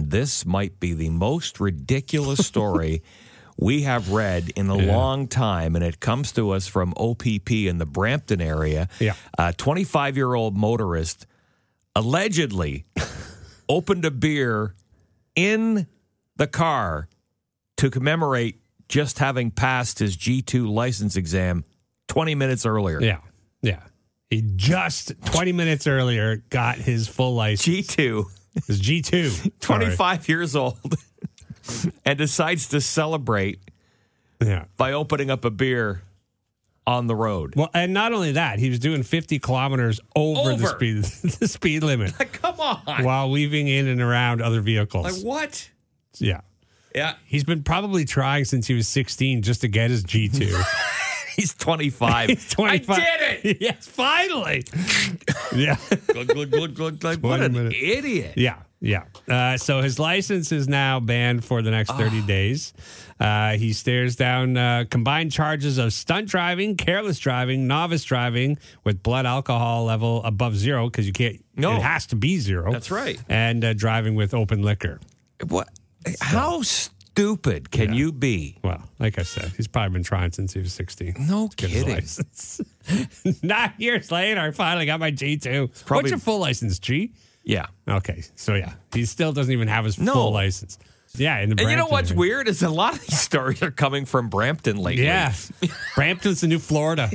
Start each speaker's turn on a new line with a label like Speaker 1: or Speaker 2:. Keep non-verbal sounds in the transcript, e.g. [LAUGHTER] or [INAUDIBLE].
Speaker 1: this might be the most ridiculous
Speaker 2: [LAUGHS]
Speaker 1: story we have read in a
Speaker 2: Yeah.
Speaker 1: long time, and it comes to us from OPP in the Brampton area.
Speaker 2: Yeah.
Speaker 1: A 25 year old motorist
Speaker 2: [LAUGHS]
Speaker 1: allegedly opened a beer in the car to commemorate just having passed his G2 license exam 20 minutes earlier.
Speaker 2: Yeah. Yeah. He just 20 minutes earlier got his full license.
Speaker 1: G2.
Speaker 2: His [LAUGHS] G2.
Speaker 1: 25 years old [LAUGHS] and decides to celebrate
Speaker 2: Sorry. Yeah.
Speaker 1: by opening up a beer on the road.
Speaker 2: Well, and not only that, he was doing 50 kilometers over,
Speaker 1: Over.
Speaker 2: the speed [LAUGHS] the speed [LAUGHS] limit
Speaker 1: Come on.
Speaker 2: while weaving in and around other
Speaker 1: Like
Speaker 2: vehicles.
Speaker 1: what?
Speaker 2: yeah.
Speaker 1: Yeah, [LAUGHS]
Speaker 2: He's been probably trying since he was 16 just to get his G2.
Speaker 1: he's 25.
Speaker 2: He's 25.
Speaker 1: I [LAUGHS] did it.
Speaker 2: [LAUGHS] yes, finally. [LAUGHS] yeah.
Speaker 1: Glug, glug, glug, glug, glug. What
Speaker 2: 20
Speaker 1: an
Speaker 2: minutes.
Speaker 1: idiot.
Speaker 2: Yeah, yeah. Uh, so his license is now banned for the next 30
Speaker 1: Ah.
Speaker 2: days. Uh, he stares down uh, combined charges of stunt driving, careless driving, novice driving with blood alcohol level above zero because you can't,
Speaker 1: No.
Speaker 2: it has to be zero.
Speaker 1: That's right.
Speaker 2: And uh, driving with open liquor.
Speaker 1: What? How stupid can you be?
Speaker 2: Well, like I said, he's probably been trying since he was 16.
Speaker 1: No
Speaker 2: Get
Speaker 1: [LAUGHS]
Speaker 2: his
Speaker 1: kidding.
Speaker 2: license. [LAUGHS] Nine years later, I finally got my G2.
Speaker 1: probably-
Speaker 2: What's your full license, G?
Speaker 1: Yeah.
Speaker 2: Okay, so yeah, he still doesn't even have his
Speaker 1: No.
Speaker 2: full license. Yeah, in the
Speaker 1: And you know
Speaker 2: Brampton
Speaker 1: what's
Speaker 2: area.
Speaker 1: weird [LAUGHS] is a lot of these stories are coming from Brampton lately.
Speaker 2: Yeah, Brampton's the new Florida.